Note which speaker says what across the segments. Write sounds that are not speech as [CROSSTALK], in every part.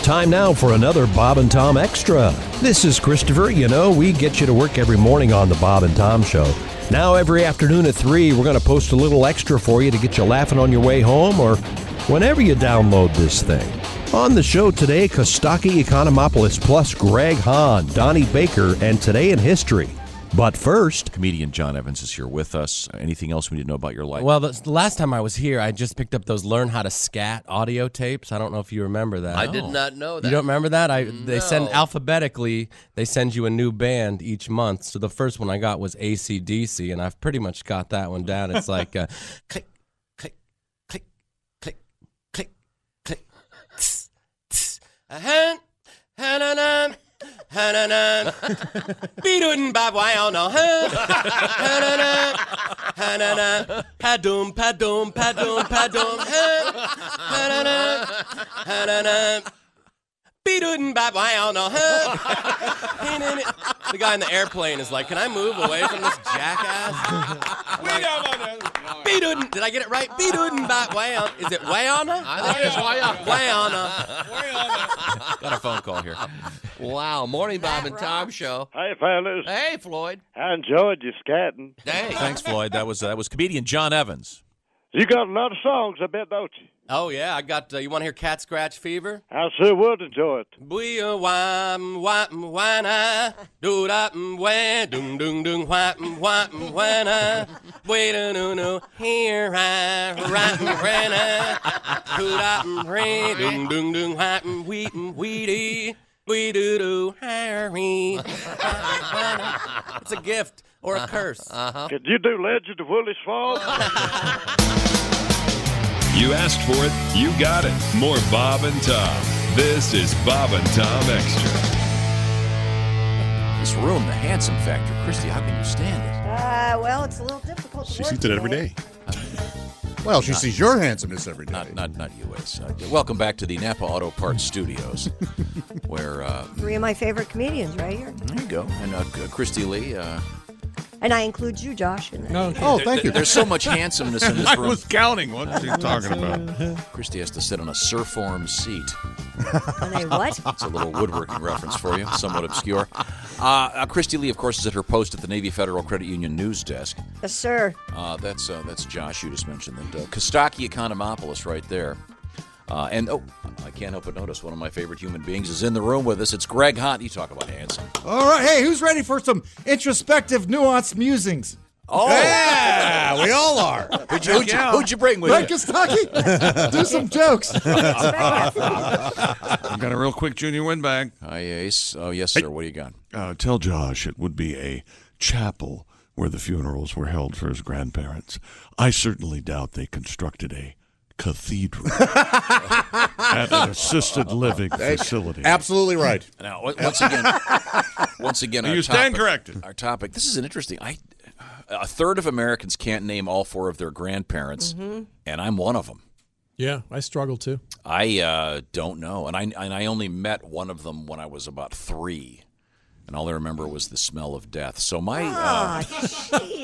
Speaker 1: Time now for another Bob and Tom Extra. This is Christopher. You know, we get you to work every morning on the Bob and Tom Show. Now, every afternoon at 3, we're going to post a little extra for you to get you laughing on your way home or whenever you download this thing. On the show today, Kostaki Economopoulos plus Greg Hahn, Donnie Baker, and Today in History. But first,
Speaker 2: Comedian John Evans is here [LAUGHS] with us. Anything else we need to know about your life?
Speaker 3: Well, the the last time I was here, I just picked up those learn how to scat audio tapes. I don't know if you remember that.
Speaker 4: I did not know that.
Speaker 3: You don't remember that? I they send
Speaker 4: No.
Speaker 3: alphabetically. They send you a new band each month. So the first one I got was ACDC, and I've pretty much got that one down. It's like uh, [LAUGHS] click, click, click, click, click, click. Tss, tss. Ahem, ha-na-nam, ha-na-nam. Beedootin' Bob, why all no, huh? Ha-na-nam, ha-na-nam. Padoom, padoom, padoom, padoom, huh? Ha-na-nam, ha-na-nam. Beedootin' Bob, why all no, huh? The guy in the airplane is like, can I move away from this jackass? Beedootin'. Did I get it right? Beedootin' Bob, why all- Is it Wayana?
Speaker 4: I think it's why-
Speaker 3: Wayana.
Speaker 2: got a phone call here.
Speaker 4: Wow, morning Bob and Tom show.
Speaker 5: Hey, fellas.
Speaker 4: Hey, Floyd.
Speaker 5: I enjoyed your scatting.
Speaker 4: Hey.
Speaker 2: Thanks, Floyd. That was uh, that was comedian John Evans.
Speaker 5: You got a lot of songs, I bet, don't you?
Speaker 3: Oh, yeah, I got, uh, you want to hear Cat Scratch Fever?
Speaker 5: I sure would enjoy it.
Speaker 3: We a wham wham wana do da wha doom doom doom wham wham wana we do no no here I rat rana do da re doom doom doom wham wheat weedy we do do Harry. It's a gift or a curse.
Speaker 5: Could you do Legend of Woolly
Speaker 3: [LAUGHS]
Speaker 5: Swamp?
Speaker 6: You asked for it, you got it. More Bob and Tom. This is Bob and Tom Extra.
Speaker 2: This room, the handsome factor. Christy, how can you stand
Speaker 7: Uh, well, it's a little difficult. To
Speaker 8: She
Speaker 7: work
Speaker 8: sees it every
Speaker 7: today.
Speaker 2: [LAUGHS]
Speaker 8: day. Well, she sees your handsomeness every
Speaker 2: it?
Speaker 8: day.
Speaker 2: Not not not you, Ace. Uh, welcome back to the Napa Auto
Speaker 8: [LAUGHS]
Speaker 2: Parts Studios, where uh,
Speaker 7: Three of my favorite comedians right here,
Speaker 2: there you go. And uh, Christy Lee. Uh,
Speaker 7: and I include you, Josh, in that.
Speaker 8: oh, thank you.
Speaker 2: there's so much [LAUGHS] handsomeness in
Speaker 8: [LAUGHS]
Speaker 2: this room.
Speaker 8: counting what she's talking
Speaker 2: Uh,
Speaker 8: about.
Speaker 2: Christy has to sit on a surform seat.
Speaker 7: And I what?
Speaker 2: [LAUGHS] It's a little woodworking reference for you, somewhat obscure. Uh, uh, Christy Lee, of course, is at her post at the Navy Federal Credit Union news desk.
Speaker 7: yes, sir.
Speaker 2: Uh, that's uh, that's Josh. You just mentioned that uh, Kostaki Economopoulos right there. Uh, and oh, I can't help but notice one of my favorite human beings is in the room with us. It's Greg Hunt. You talk about handsome.
Speaker 9: All right, hey, who's ready for some introspective, nuanced musings?
Speaker 2: Oh,
Speaker 8: Yeah, we all are.
Speaker 2: who'd, you, who'd, you, who'd you bring with
Speaker 9: Right,
Speaker 2: you?
Speaker 9: Kostaki? Do some jokes.
Speaker 10: I've got a real [LAUGHS] quick junior win back.
Speaker 2: Hi, Ace. Oh, yes, sir. What do you got?
Speaker 10: Uh, tell Josh it would be a chapel where the funerals were held for his grandparents. I certainly doubt they constructed a
Speaker 8: [LAUGHS]
Speaker 10: cathedral at an assisted living facility.
Speaker 8: Absolutely right.
Speaker 2: Now, o- once again, once again, our
Speaker 10: You stand
Speaker 2: topic-
Speaker 10: corrected.
Speaker 2: Our topic. This is an interesting. I a third of Americans can't name all four of their grandparents, and I'm one of them.
Speaker 11: Yeah, I struggle too.
Speaker 2: I uh, don't know, and I and I only met one of them when I was about three, and all I remember was the smell of death. So my, uh,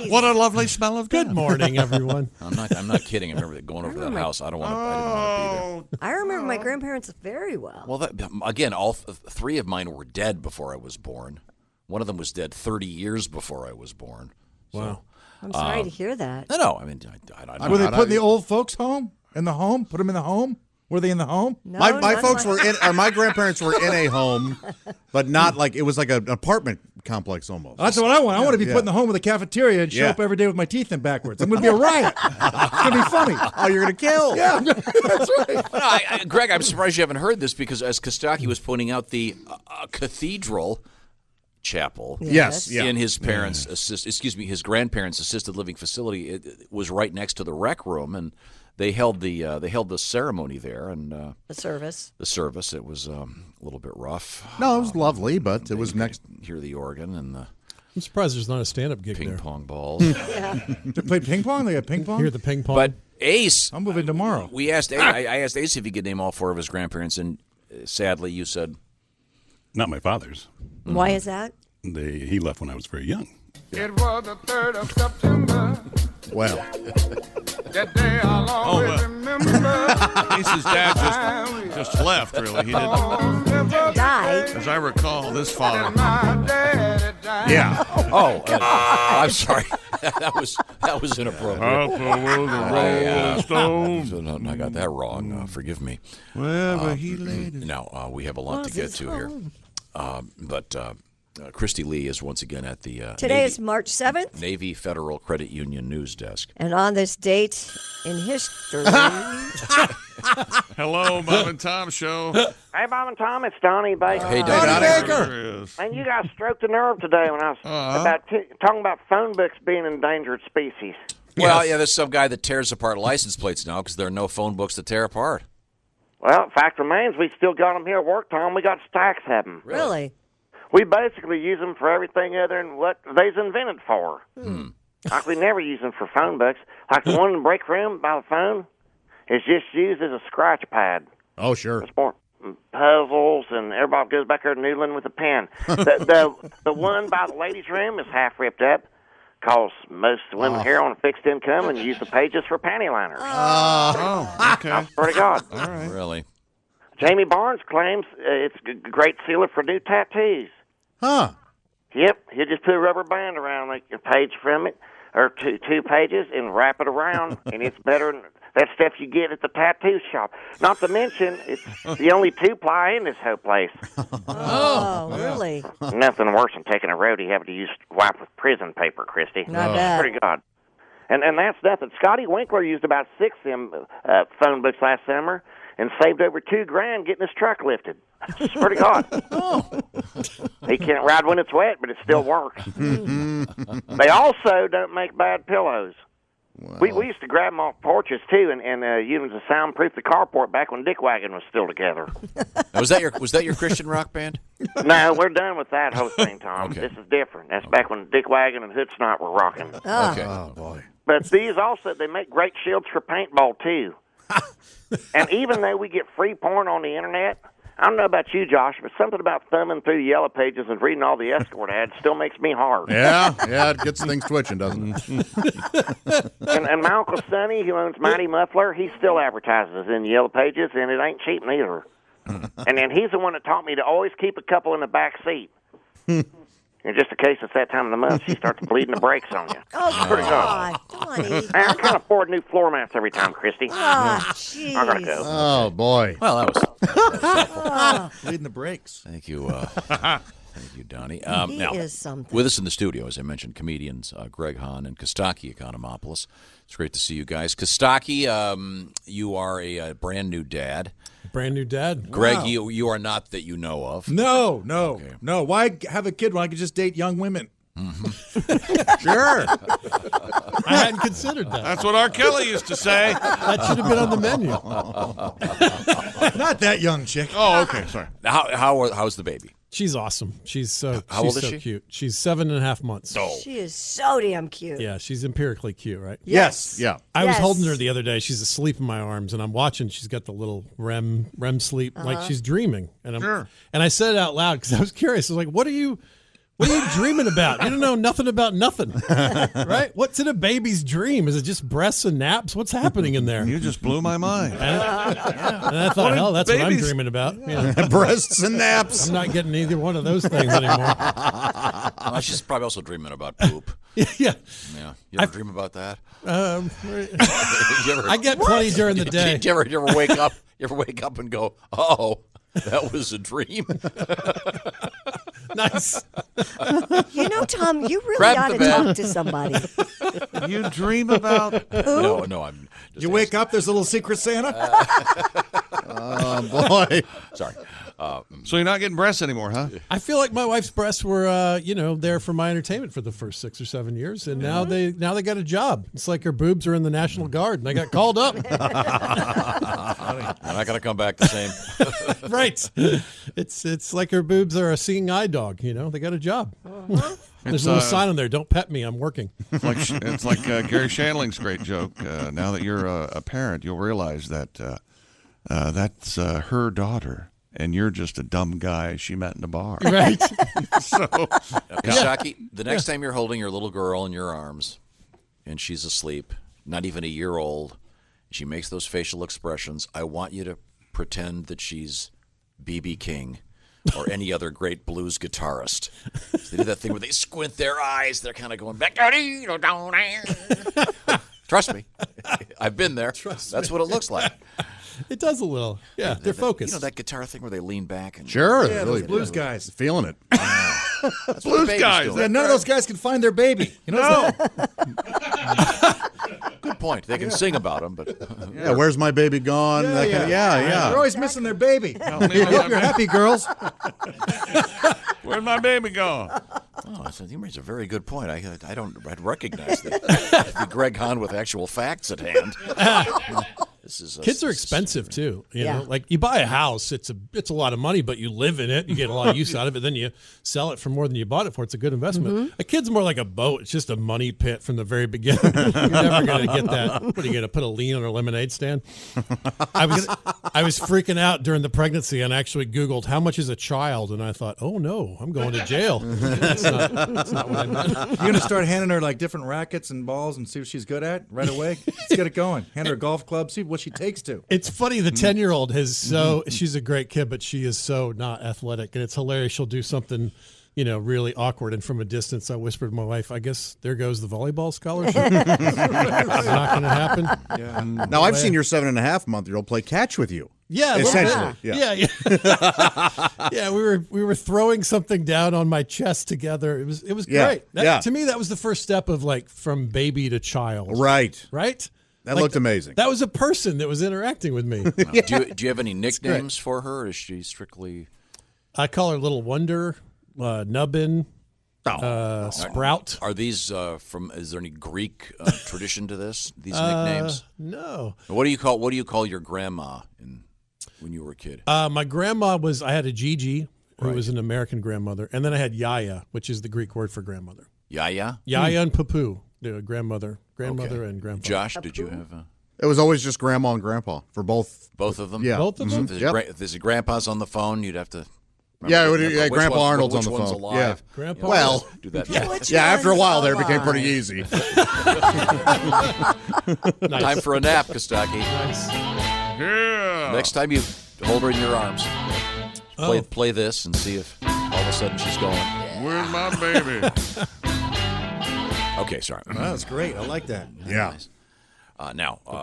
Speaker 10: What a lovely smell of
Speaker 11: Good
Speaker 10: death.
Speaker 11: morning, everyone.
Speaker 2: [LAUGHS] I'm not I'm not kidding. I remember going over to that house. I don't want to. I didn't want to be there.
Speaker 7: I remember
Speaker 8: Oh.
Speaker 7: my grandparents very well.
Speaker 2: Well, that, again, all th- three of mine were dead before I was born. One of them was dead 30 years before I was born. uh,
Speaker 11: Wow.
Speaker 7: I'm sorry to hear that.
Speaker 2: No, no, I mean, I, I, I
Speaker 9: Were
Speaker 2: don't
Speaker 9: they
Speaker 8: Not
Speaker 9: put in
Speaker 8: I-
Speaker 9: the old folks' home? In the home? Put them in the home? Were they in the home?
Speaker 7: No,
Speaker 8: my my
Speaker 7: none of
Speaker 8: folks were in, or my grandparents were in a home, but not like it was like an apartment complex almost.
Speaker 9: That's what I want. I want to be
Speaker 8: Yeah.
Speaker 9: put in the home with a cafeteria and show
Speaker 8: Yeah.
Speaker 9: up every day with my teeth in backwards. I'm going to be a riot. it's going to be funny.
Speaker 8: oh, you're gonna kill.
Speaker 7: [LAUGHS]
Speaker 8: Yeah.
Speaker 2: No, I, I, Greg, I'm surprised you haven't heard this because, as Kostaki was pointing out, the uh, uh, cathedral chapel
Speaker 8: Yes. Yeah.
Speaker 2: in his parents' assist, excuse me, his grandparents' assisted living facility it, it was right next to the rec room, and they held the uh, they held the ceremony there and uh,
Speaker 7: The service.
Speaker 2: the service. It was um, a little bit rough.
Speaker 8: No, it was lovely, but it was next.
Speaker 2: Hear the organ and the
Speaker 11: I'm surprised there's not a stand up gig
Speaker 2: ping
Speaker 11: there.
Speaker 2: pong balls.
Speaker 10: Hmm.
Speaker 9: They played ping pong? They got ping
Speaker 11: Hear
Speaker 9: pong?
Speaker 11: the ping pong.
Speaker 2: But Ace,
Speaker 9: I'm moving tomorrow.
Speaker 2: we asked. I I asked Ace if he could name all four of his grandparents, and uh, sadly, you said
Speaker 10: Not my father's.
Speaker 2: Mm-hmm.
Speaker 7: Why is that?
Speaker 10: They, he left when I was very young.
Speaker 8: Well,
Speaker 12: That day I'll always
Speaker 10: Oh, well. [LAUGHS]
Speaker 12: remember.
Speaker 10: Ace's dad just just left. Really, he didn't.
Speaker 7: Die.
Speaker 10: As I recall, this father.
Speaker 2: Yeah. Oh, uh, I'm sorry. [LAUGHS] that was that was inappropriate.
Speaker 10: Up
Speaker 2: [LAUGHS]
Speaker 10: over the
Speaker 2: I, uh,
Speaker 10: Rolling Stones.
Speaker 2: so, no, no, I got that wrong. Uh, forgive me.
Speaker 10: Wherever he
Speaker 2: laid Now uh, we have a lot
Speaker 7: Was
Speaker 2: to get
Speaker 7: his
Speaker 2: to here,
Speaker 7: home.
Speaker 2: um, but uh, uh, Christy Lee is once again at the uh,
Speaker 7: Today
Speaker 2: Navy,
Speaker 7: is March 7th,
Speaker 2: Navy Federal Credit Union news desk.
Speaker 7: and on this date in
Speaker 2: [LAUGHS]
Speaker 7: history.
Speaker 10: [LAUGHS] Hello, Mom and Tom show.
Speaker 13: [LAUGHS] Hey, Bob and Tom, it's Donnie Baker.
Speaker 10: Hey, Donnie Donnie Baker. Baker. Uh-huh. There he is.
Speaker 13: And you guys stroked a nerve today when I was about t- talking about phone books being endangered species.
Speaker 2: Well, yeah, there's some guy that tears apart license plates now because there are no phone books to tear apart.
Speaker 13: Well, fact remains, we still got them here at work, Tom. We got stacks of them.
Speaker 7: Really?
Speaker 13: We basically use them for everything other than what they's invented for.
Speaker 2: Hmm.
Speaker 13: Like we never use them for phone books.
Speaker 10: [LAUGHS]
Speaker 13: Like the one in the break room by the phone is just used as a scratch pad.
Speaker 8: Oh, sure.
Speaker 13: puzzles, and everybody goes back there noodling with a pen. the, the the one by the ladies' room is half ripped up, cause most women
Speaker 10: Oh.
Speaker 13: here on a fixed income and use the pages for panty liners.
Speaker 10: Oh, okay.
Speaker 13: Swear to God,
Speaker 2: Uh, Really?
Speaker 13: Jamie Barnes claims uh, it's a g- great sealer for new tattoos.
Speaker 8: Huh.
Speaker 13: Yep, he'll just put a rubber band around like a page from it, or two two pages, and wrap it around, and it's better than that stuff you get at the tattoo shop. Not to mention, it's the only two ply in this whole place.
Speaker 7: Oh, really?
Speaker 13: Nothing worse than taking a roadie having to use wipe with prison paper, Christy.
Speaker 7: Not Oh. bad.
Speaker 13: Pretty God. And and that's nothing. Scotty Winkler used about six of them uh, phone books last summer and saved over two grand getting his truck lifted. Swear to God. He can't ride when it's wet, but it still works. they also don't make bad pillows. We we used to grab them off porches too, and and uh, use them to soundproof the carport back when Dick Wagon was still together.
Speaker 2: Now, was that your was that your Christian rock band?
Speaker 13: no, we're done with that whole thing, Tom.
Speaker 2: Okay.
Speaker 13: This is different. That's back when Dick Wagon and Hood Snot were rocking.
Speaker 11: Ah.
Speaker 9: Oh,
Speaker 2: Okay.
Speaker 11: Oh,
Speaker 8: boy.
Speaker 13: But these also they make great shields for paintball too. and even though we get free porn on the internet, I don't know about you, Josh, but something about thumbing through yellow pages and reading all the escort ads still makes me hard.
Speaker 8: Yeah, [LAUGHS] yeah, it gets things twitching, doesn't [LAUGHS] it?
Speaker 13: and, and my uncle Sonny, who owns Mighty Muffler, he still advertises in Yellow Pages, and it ain't cheap neither. and then he's the one that taught me to always keep a couple in the back seat. And just in case it's that time of the month, she starts bleeding the brakes on you.
Speaker 7: Oh,
Speaker 13: Pretty
Speaker 7: God.
Speaker 13: Hey, I can't afford new floor mats every time, Christy.
Speaker 7: Ah,
Speaker 13: I gotta go.
Speaker 8: oh boy.
Speaker 2: Well, that was
Speaker 9: [LAUGHS]
Speaker 8: Leading the brakes.
Speaker 2: Thank you. Uh, thank you, Donnie. Um,
Speaker 7: He
Speaker 2: now,
Speaker 7: is something.
Speaker 2: With us in the studio, as I mentioned, comedians uh, Greg Hahn and Kostaki Economopoulos. It's great to see you guys. Kostaki, um, you are a, uh brand new dad.
Speaker 11: Brand new dad.
Speaker 2: Greg,
Speaker 11: Wow.
Speaker 2: you you are not that you know of.
Speaker 9: No, no, no. Why have a kid when I could just date young women?
Speaker 2: Mm-hmm.
Speaker 9: [LAUGHS]
Speaker 11: Sure. I hadn't considered that.
Speaker 10: That's what R. Kelly used to say.
Speaker 11: That should have been on the
Speaker 10: [LAUGHS]
Speaker 11: menu. [LAUGHS]
Speaker 9: Not that young chick.
Speaker 10: Oh, okay. Sorry.
Speaker 2: [LAUGHS] How how how's the baby?
Speaker 11: She's awesome. She's so
Speaker 2: How
Speaker 11: she's
Speaker 2: old is
Speaker 11: so
Speaker 2: she?
Speaker 11: cute. She's seven and a half months.
Speaker 7: She is so damn cute.
Speaker 11: Yeah, she's empirically cute, right?
Speaker 7: Yes. Yes. Yeah.
Speaker 11: I
Speaker 7: Yes.
Speaker 11: was holding her the other day. She's asleep in my arms, and I'm watching. She's got the little REM REM sleep, like
Speaker 7: Uh-huh.
Speaker 11: she's dreaming. And I'm,
Speaker 10: Sure.
Speaker 11: And I said it out loud because I was curious. I was like, "What are you? What are you dreaming about? You don't know nothing about
Speaker 10: [LAUGHS]
Speaker 11: nothing, right? What's in a baby's dream? Is it just breasts and naps? What's happening in there?"
Speaker 10: You just blew my mind.
Speaker 11: And I
Speaker 10: What
Speaker 11: thought,
Speaker 10: did
Speaker 11: hell, that's what I'm
Speaker 10: babies-
Speaker 11: dreaming
Speaker 10: [LAUGHS]
Speaker 11: about. Yeah.
Speaker 10: Breasts and naps.
Speaker 11: I'm not getting either one of those things
Speaker 10: [LAUGHS]
Speaker 2: [LAUGHS]
Speaker 11: anymore.
Speaker 2: Well, she's probably also dreaming about poop.
Speaker 11: [LAUGHS] yeah.
Speaker 2: Yeah. You ever dream about that?
Speaker 11: Um,
Speaker 2: [LAUGHS] You ever-
Speaker 11: I get plenty during the
Speaker 2: [LAUGHS] Do
Speaker 11: day.
Speaker 2: you- Do you ever, you ever wake up? You ever wake up and go, "Oh, that was a dream."
Speaker 11: [LAUGHS] nice.
Speaker 7: You know, Tom,
Speaker 2: [LAUGHS]
Speaker 7: you really
Speaker 2: Grab
Speaker 7: ought
Speaker 2: the
Speaker 7: to
Speaker 2: bed.
Speaker 7: talk to somebody.
Speaker 10: You dream about
Speaker 7: Who?
Speaker 2: [LAUGHS] No, no, I'm.
Speaker 9: You wake up, there's a little secret Santa.
Speaker 10: Oh boy.
Speaker 2: Uh, Sorry. Uh, mm.
Speaker 10: so you're not getting breasts anymore, huh?
Speaker 11: I feel like my wife's breasts were, uh, you know, there for my entertainment for the first six or seven years, and now they now they got a job. It's like her boobs are in the National Guard, and [LAUGHS] I got called
Speaker 2: [LAUGHS]
Speaker 11: up. [LAUGHS]
Speaker 2: I'm not gonna come back the
Speaker 7: [LAUGHS]
Speaker 2: same.
Speaker 11: right? It's it's like her boobs are a seeing eye dog. You know, they got a job. There's
Speaker 10: It's,
Speaker 11: a little
Speaker 10: uh,
Speaker 11: sign on there: "Don't pet me, I'm working."
Speaker 10: [LAUGHS] It's like it's like
Speaker 11: [LAUGHS]
Speaker 10: uh, Gary Shandling's great joke. Uh, now that you're a, a parent, you'll realize that uh, uh, that's uh, her daughter, and you're just a dumb guy she met in a
Speaker 2: [LAUGHS]
Speaker 10: bar.
Speaker 11: Right.
Speaker 10: [LAUGHS]
Speaker 11: [LAUGHS]
Speaker 10: so,
Speaker 2: Now, Kostaki, the next time you're holding your little girl in your arms and she's asleep, not even a year old. She makes those facial expressions. I want you to pretend that she's BB King or any other great blues guitarist. So they do that thing where they squint their eyes. They're kind of going back. Trust me, [LAUGHS] I've been there. That's
Speaker 11: me.
Speaker 2: what it looks like.
Speaker 11: It does a little. Yeah,
Speaker 2: That-
Speaker 11: they're
Speaker 2: that-
Speaker 11: focused.
Speaker 2: You know that guitar thing where they lean back and
Speaker 8: Sure, Yeah, really those blues
Speaker 11: guys.
Speaker 8: feeling it.
Speaker 2: That's what a
Speaker 9: Blues
Speaker 2: baby's
Speaker 9: guys.
Speaker 2: doing.
Speaker 9: Yeah, none of those guys can find their baby. You know.
Speaker 2: [LAUGHS] Good point. They can sing about them, but
Speaker 11: [LAUGHS]
Speaker 8: Yeah, where's my baby gone? That kind of- yeah, yeah. [LAUGHS]
Speaker 9: They're always missing their baby.
Speaker 8: leave
Speaker 9: Hope you're happy,
Speaker 10: [LAUGHS]
Speaker 9: girls.
Speaker 10: Where's my baby gone?
Speaker 2: Oh, that's, you raise a very good point. I, I don't I'd recognize that. The Greg Hahn with actual facts at
Speaker 11: [LAUGHS]
Speaker 2: hand. this is a,
Speaker 11: Kids are expensive too. You
Speaker 2: Yeah.
Speaker 11: know, like you buy a house, it's a it's a lot of money, but you live in it, you get a lot of use out of it. Then you sell it for more than you bought it for. It's a good investment.
Speaker 9: Mhm.
Speaker 11: A kid's more like a boat; it's just a money pit from the very beginning. [LAUGHS] You're never gonna get that. What are you gonna put a lean on a lemonade stand? I was I was freaking out during the pregnancy and actually Googled how much is a child, and I thought, oh no, I'm going to jail. [LAUGHS]
Speaker 2: [LAUGHS]
Speaker 11: That's not, that's not what I meant.
Speaker 9: You're gonna start handing her like different rackets and balls and see what she's good at right away. Let's get it going. Hand her a golf club. See what she takes to. Mm-hmm.
Speaker 11: It's funny. The
Speaker 2: Mm-hmm.
Speaker 11: ten year old has so she's a great kid, but she is so not athletic, and it's hilarious. She'll do something, you know, really awkward, and from a distance, I whispered to my wife, "I guess there goes the volleyball
Speaker 8: [LAUGHS]
Speaker 11: scholarship. it's not going to happen."
Speaker 2: Mm.
Speaker 8: Yeah. Mm. Now I've seen your seven and a half month year old play catch with you.
Speaker 11: Yeah, a little bit.
Speaker 8: essentially.
Speaker 11: Yeah, yeah. [LAUGHS] yeah, we were we were throwing something down on my chest together. It was it was
Speaker 8: Yeah,
Speaker 11: great. That-
Speaker 8: yeah.
Speaker 11: To me, that was the first step of like from baby to child.
Speaker 8: Right.
Speaker 11: Right.
Speaker 8: That
Speaker 11: Like,
Speaker 8: looked amazing.
Speaker 11: That was a person that was interacting with
Speaker 8: [LAUGHS]
Speaker 11: me.
Speaker 2: Now, do, you, do you have any nicknames for her? Or is she strictly
Speaker 11: I call her Little Wonder, uh, Nubbin,
Speaker 9: Oh,
Speaker 11: uh, Sprout.
Speaker 2: Are, these uh, from? Is there any Greek uh, tradition to this? These
Speaker 11: Uh,
Speaker 2: nicknames?
Speaker 11: no.
Speaker 2: What do you call What do you call your grandma in, when you were a kid?
Speaker 11: Uh, my grandma was, I had a Gigi, who
Speaker 2: Right.
Speaker 11: was an American grandmother. And then I had Yaya, which is the Greek word for grandmother.
Speaker 2: Yaya.
Speaker 11: Yaya
Speaker 9: Hmm.
Speaker 11: and Papu, the grandmother, grandmother and grandfather.
Speaker 2: Josh, did you have? A,
Speaker 8: It was always just grandma and grandpa for both.
Speaker 2: Both of them.
Speaker 8: Yeah.
Speaker 2: So
Speaker 8: Mhm.
Speaker 2: If, there's
Speaker 8: Yep.
Speaker 2: gra- if there's a grandpa's on the phone, you'd have to. remember
Speaker 8: Yeah, it
Speaker 2: to
Speaker 8: would-
Speaker 2: remember
Speaker 8: yeah,
Speaker 2: which
Speaker 8: Grandpa
Speaker 2: one's-
Speaker 8: Arnold's on
Speaker 2: which
Speaker 8: the
Speaker 2: one's
Speaker 8: phone.
Speaker 2: alive.
Speaker 8: Yeah.
Speaker 2: You know,
Speaker 8: Grandpa- Well,
Speaker 2: do that.
Speaker 8: yeah, yeah, after a while there it became pretty easy.
Speaker 11: Nice.
Speaker 2: [LAUGHS] Time for a nap, Kostaki. Next time you hold her in your arms, play
Speaker 11: Oh.
Speaker 2: play this and see if all of a sudden she's going.
Speaker 10: Where's my [LAUGHS] baby?
Speaker 2: [LAUGHS] Okay, sorry.
Speaker 9: that's great. I like that.
Speaker 2: Yeah. Uh, now, um,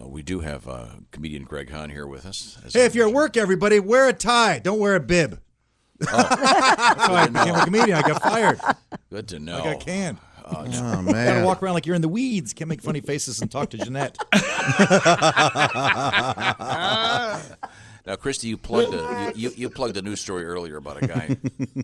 Speaker 2: uh, we do have uh, comedian Greg Hahn here with us. As-
Speaker 9: Hey, if you're at work, everybody wear a tie. Don't wear a bib.
Speaker 2: Oh.
Speaker 9: [LAUGHS] That's how I became a comedian. I got fired.
Speaker 2: Good to know.
Speaker 9: I got canned.
Speaker 2: Oh, [LAUGHS]
Speaker 8: man.
Speaker 9: gotta walk around like you're in the weeds. Can't make funny faces and talk to
Speaker 2: [LAUGHS]
Speaker 9: Jeanette. [LAUGHS]
Speaker 2: Now, Christy, you plugged a you, you, you plugged a news story earlier about a guy.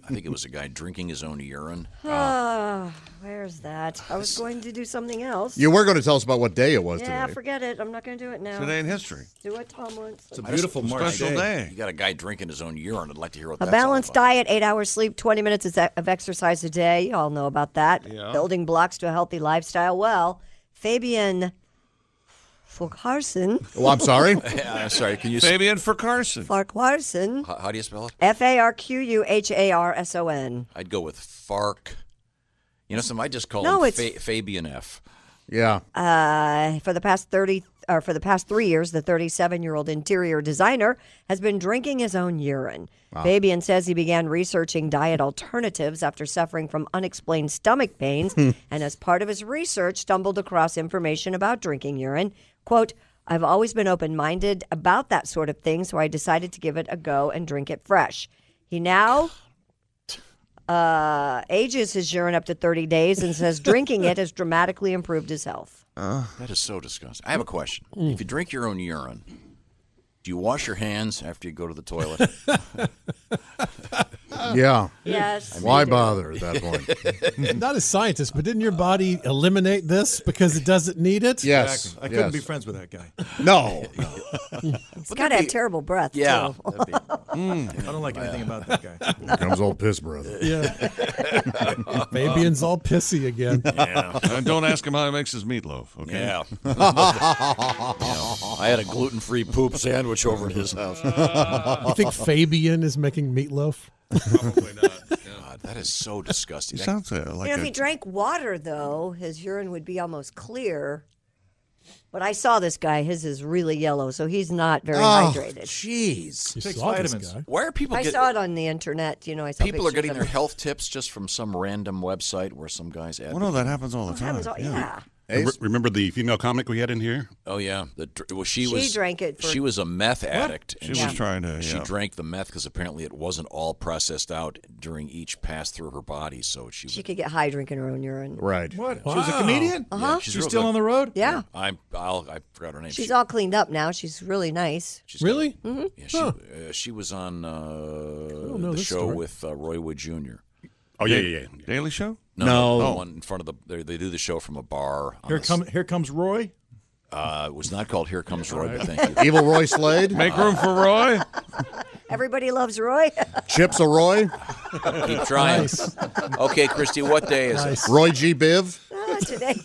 Speaker 2: I think it was a guy drinking his own urine.
Speaker 7: Ah, where's that? I was going to do something else.
Speaker 8: You were going to tell us about what day it was
Speaker 7: Yeah,
Speaker 8: today.
Speaker 7: forget it. I'm not going to do it now.
Speaker 8: Today in history.
Speaker 7: Do it, Tom Wentz.
Speaker 8: a beautiful March day.
Speaker 2: You got a guy drinking his own urine. I'd like to hear what
Speaker 7: A
Speaker 2: that's
Speaker 7: balanced
Speaker 2: all about.
Speaker 7: diet, eight hours sleep, 20 minutes is- of exercise a day. You all know about that.
Speaker 2: Yeah.
Speaker 7: Building blocks to a healthy lifestyle. Well, Fabian Farquharson.
Speaker 10: Oh,
Speaker 2: [LAUGHS] Yeah, I'm sorry. Can you
Speaker 10: Fabian for
Speaker 7: [LAUGHS]
Speaker 10: Carson?
Speaker 7: Farquharson.
Speaker 2: How, how do you spell it?
Speaker 7: F A R Q U H A R S O N.
Speaker 2: I'd go with Fark. You know, some I just call
Speaker 7: No,
Speaker 2: him
Speaker 7: it's-
Speaker 2: Fa- Fabian F.
Speaker 8: Yeah.
Speaker 7: Uh, for the past 30 or for the past 3 years, the 37-year-old interior designer has been drinking his own urine.
Speaker 14: Wow.
Speaker 7: Fabian says he began researching diet alternatives after suffering from unexplained stomach pains
Speaker 1: Hmm.
Speaker 7: and as part of his research stumbled across information about drinking urine. Quote, I've always been open-minded about that sort of thing, so I decided to give it a go and drink it fresh. He now uh, ages his urine up to 30 days and says drinking it has dramatically improved his health.
Speaker 2: that is so disgusting. I have a question. If you drink your own urine, do you wash your hands after you go to the toilet?
Speaker 8: Yeah.
Speaker 7: Yes. I mean,
Speaker 8: Why
Speaker 7: they-
Speaker 8: bother at that
Speaker 11: [LAUGHS]
Speaker 8: point?
Speaker 11: Not a scientist, but didn't your body eliminate this because it doesn't need it?
Speaker 8: Yes,
Speaker 9: I couldn't be friends with that guy. [LAUGHS]
Speaker 8: No.
Speaker 7: It's got to have terrible breath.
Speaker 9: Yeah.
Speaker 7: too. [LAUGHS]
Speaker 9: That'd be- Mm. I don't like anything about that guy.
Speaker 8: Here comes old piss brother.
Speaker 11: [LAUGHS] Yeah.
Speaker 9: uh,
Speaker 11: Fabian's all pissy
Speaker 2: [LAUGHS]
Speaker 9: [LAUGHS]
Speaker 11: again.
Speaker 10: Yeah. And Uh, don't ask him how he makes his meatloaf. Okay. [LAUGHS]
Speaker 2: Yeah. [LAUGHS] You know, I had [LAUGHS] a gluten free poop sandwich over at his house.
Speaker 11: [LAUGHS] You
Speaker 10: [LAUGHS]
Speaker 2: [LAUGHS]
Speaker 11: think Fabian is making meatloaf?
Speaker 2: Probably not. God, that is so disgusting.
Speaker 10: It sounds uh, like
Speaker 7: you know,
Speaker 10: a-
Speaker 7: if he drank water, though, his urine would be almost clear. But I saw this guy. His is really yellow, so he's not very
Speaker 2: Oh,
Speaker 7: hydrated.
Speaker 2: Jeez.
Speaker 7: He
Speaker 2: Takes saw this vitamins. guy. Why are people
Speaker 7: I
Speaker 2: get-
Speaker 7: saw it on the internet. You know, I saw
Speaker 2: People are
Speaker 7: pictures
Speaker 2: getting
Speaker 7: of
Speaker 2: their
Speaker 7: it.
Speaker 2: health tips just from some random website where some guys.
Speaker 10: Well, no, that happens all the
Speaker 7: It
Speaker 10: time.
Speaker 7: happens all-
Speaker 10: [LAUGHS]
Speaker 7: yeah.
Speaker 10: Re- remember the female comic we had in here?
Speaker 2: Oh yeah, the dr- well she,
Speaker 7: She
Speaker 2: was
Speaker 7: drank it for-
Speaker 2: she was a meth addict.
Speaker 10: She was trying to,
Speaker 2: She
Speaker 10: yeah.
Speaker 2: drank the meth because apparently it wasn't all processed out during each pass through her body, so she.
Speaker 7: She could get high drinking her own urine.
Speaker 2: Right.
Speaker 9: What?
Speaker 2: Wow.
Speaker 9: She was a comedian?
Speaker 2: Yeah, Uh-huh. she's real good.
Speaker 9: the road?
Speaker 7: Yeah.
Speaker 2: I'm. I'll. I forgot her name.
Speaker 7: She's
Speaker 2: She-
Speaker 7: all cleaned up now. She's really nice.
Speaker 11: really?
Speaker 7: hmm
Speaker 2: yeah, she, uh, she was on uh,
Speaker 7: don't know
Speaker 2: the
Speaker 7: this
Speaker 2: show
Speaker 7: story.
Speaker 2: with uh, Roy Wood Jr.
Speaker 10: Oh, yeah, yeah, yeah. Daily Show?
Speaker 2: No,
Speaker 10: No.
Speaker 2: the
Speaker 10: Oh.
Speaker 2: one in front of the. They, they do the show from a bar. on
Speaker 9: Here,
Speaker 2: the-
Speaker 9: come, here comes Roy.
Speaker 2: Uh, it was not called "Here Comes Roy," but
Speaker 9: right.
Speaker 2: thank you.
Speaker 9: Evil Roy Slade? Make room for
Speaker 10: Roy.
Speaker 7: Everybody loves Roy.
Speaker 8: [LAUGHS]
Speaker 7: [LAUGHS]
Speaker 8: Chips a Roy.
Speaker 2: Keep trying.
Speaker 8: Nice.
Speaker 2: Okay, Christy, what day is it?
Speaker 8: Roy G. Biv.
Speaker 7: Ah, today.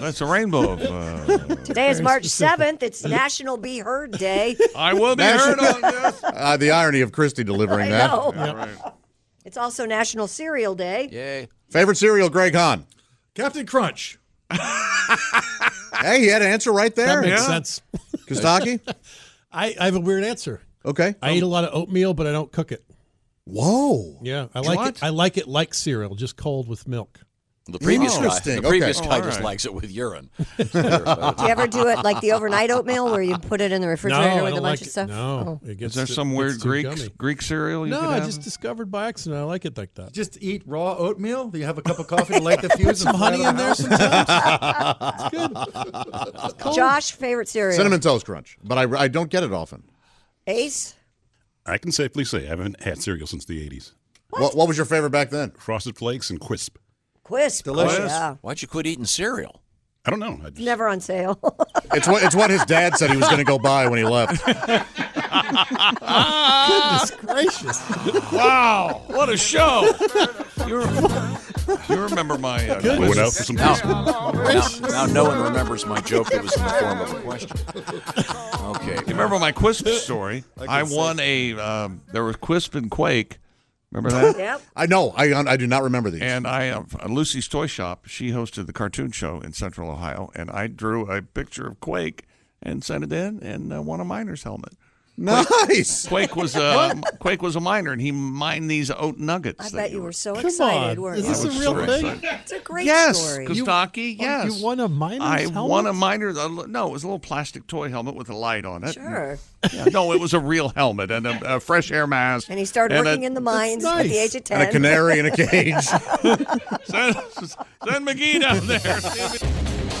Speaker 10: That's a rainbow of. Uh,
Speaker 7: Today is March 7th. It's National Be Heard Day.
Speaker 10: [LAUGHS] I will be heard on this.
Speaker 8: [LAUGHS] Uh, the irony of Christy delivering
Speaker 7: I
Speaker 8: that.
Speaker 7: know. It's also National Cereal Day.
Speaker 2: Yay.
Speaker 8: Favorite cereal, Greg Hahn.
Speaker 9: Captain Crunch.
Speaker 8: Hey, he had an answer right there.
Speaker 11: That makes sense.
Speaker 7: [LAUGHS]
Speaker 8: Kostaki?
Speaker 11: I, I have a weird answer.
Speaker 8: Okay.
Speaker 11: I eat a lot of oatmeal, but I don't cook it.
Speaker 8: Whoa.
Speaker 11: Yeah, I like
Speaker 8: What?
Speaker 11: it. I like it like cereal, just cold with milk.
Speaker 2: The previous guy,
Speaker 11: Interesting.
Speaker 2: the
Speaker 11: Okay.
Speaker 2: previous
Speaker 11: Oh,
Speaker 2: guy
Speaker 11: all
Speaker 2: just
Speaker 11: right.
Speaker 2: likes it with uh, urine.
Speaker 11: [LAUGHS]
Speaker 7: Do
Speaker 2: [LAUGHS]
Speaker 7: you ever do it like the overnight oatmeal where you put it in the refrigerator with a bunch of stuff? Oh.
Speaker 10: Is there some weird Greek Greek cereal you
Speaker 11: no,
Speaker 10: could
Speaker 11: I
Speaker 10: have?
Speaker 11: just discovered by accident. I like it like that.
Speaker 9: Just eat raw oatmeal. Do you have a cup of coffee to light the fuse?
Speaker 11: Put some
Speaker 9: and fly
Speaker 11: honey
Speaker 9: to
Speaker 11: in there
Speaker 9: the [LAUGHS]
Speaker 11: sometimes.
Speaker 9: house?
Speaker 11: It's good.
Speaker 7: Oh. Josh, favorite cereal?
Speaker 8: Cinnamon Toast Crunch, but I, I don't get it often.
Speaker 7: Ace?
Speaker 10: I can safely say I haven't had cereal since the 80s.
Speaker 8: What? what, was your favorite back then?
Speaker 10: Frosted Flakes and Quisp.
Speaker 7: Quisp.
Speaker 8: Delicious.
Speaker 7: Oh, yeah.
Speaker 2: Why'd you quit eating cereal?
Speaker 10: I don't know. I
Speaker 7: It's never on sale.
Speaker 8: It's what it's what his dad said he was going to go buy when he left.
Speaker 10: Ah. [LAUGHS]
Speaker 11: Goodness gracious.
Speaker 10: Wow, what a show! you, you remember my uh,
Speaker 2: Goodness.
Speaker 10: went out for some
Speaker 2: Now,
Speaker 10: Quisp.
Speaker 2: now, now no one remembers my joke that was in the form of a question. Okay.
Speaker 10: You remember my
Speaker 8: [LAUGHS]
Speaker 10: Quisp story?
Speaker 2: I can
Speaker 10: I, won a. Um, there was Quisp and Quake. Remember that?
Speaker 7: Yep.
Speaker 8: I know. I I do not remember these.
Speaker 10: And I, uh, Lucy's Toy Shop, she hosted the cartoon show in Central Ohio, and I drew a picture of Quake and sent it in, and uh, won a miner's helmet.
Speaker 8: Nice.
Speaker 10: Quake
Speaker 8: [LAUGHS]
Speaker 10: was a Quake was a miner, and he mined these oat nuggets.
Speaker 7: [LAUGHS] I
Speaker 10: that
Speaker 7: bet
Speaker 10: he
Speaker 7: you were so
Speaker 11: Come
Speaker 7: excited,
Speaker 11: on.
Speaker 7: weren't
Speaker 11: Is
Speaker 7: you?
Speaker 11: this
Speaker 10: I
Speaker 11: a
Speaker 10: was
Speaker 11: real
Speaker 10: so
Speaker 11: thing?
Speaker 10: excited.
Speaker 7: It's a great
Speaker 10: yes,
Speaker 7: story.
Speaker 10: Kostaki, yes.
Speaker 11: You won a miner's
Speaker 10: I
Speaker 11: helmet?
Speaker 10: won a miner. a li- no, it was a little plastic toy helmet with a light on it.
Speaker 7: Sure.
Speaker 10: Yeah, no, it was a real helmet and a, a fresh air mask.
Speaker 7: And he started
Speaker 10: and a-
Speaker 7: working in the mines at the age of 10.
Speaker 10: And a canary in a cage.
Speaker 7: [LAUGHS]
Speaker 10: send, send McGee down there.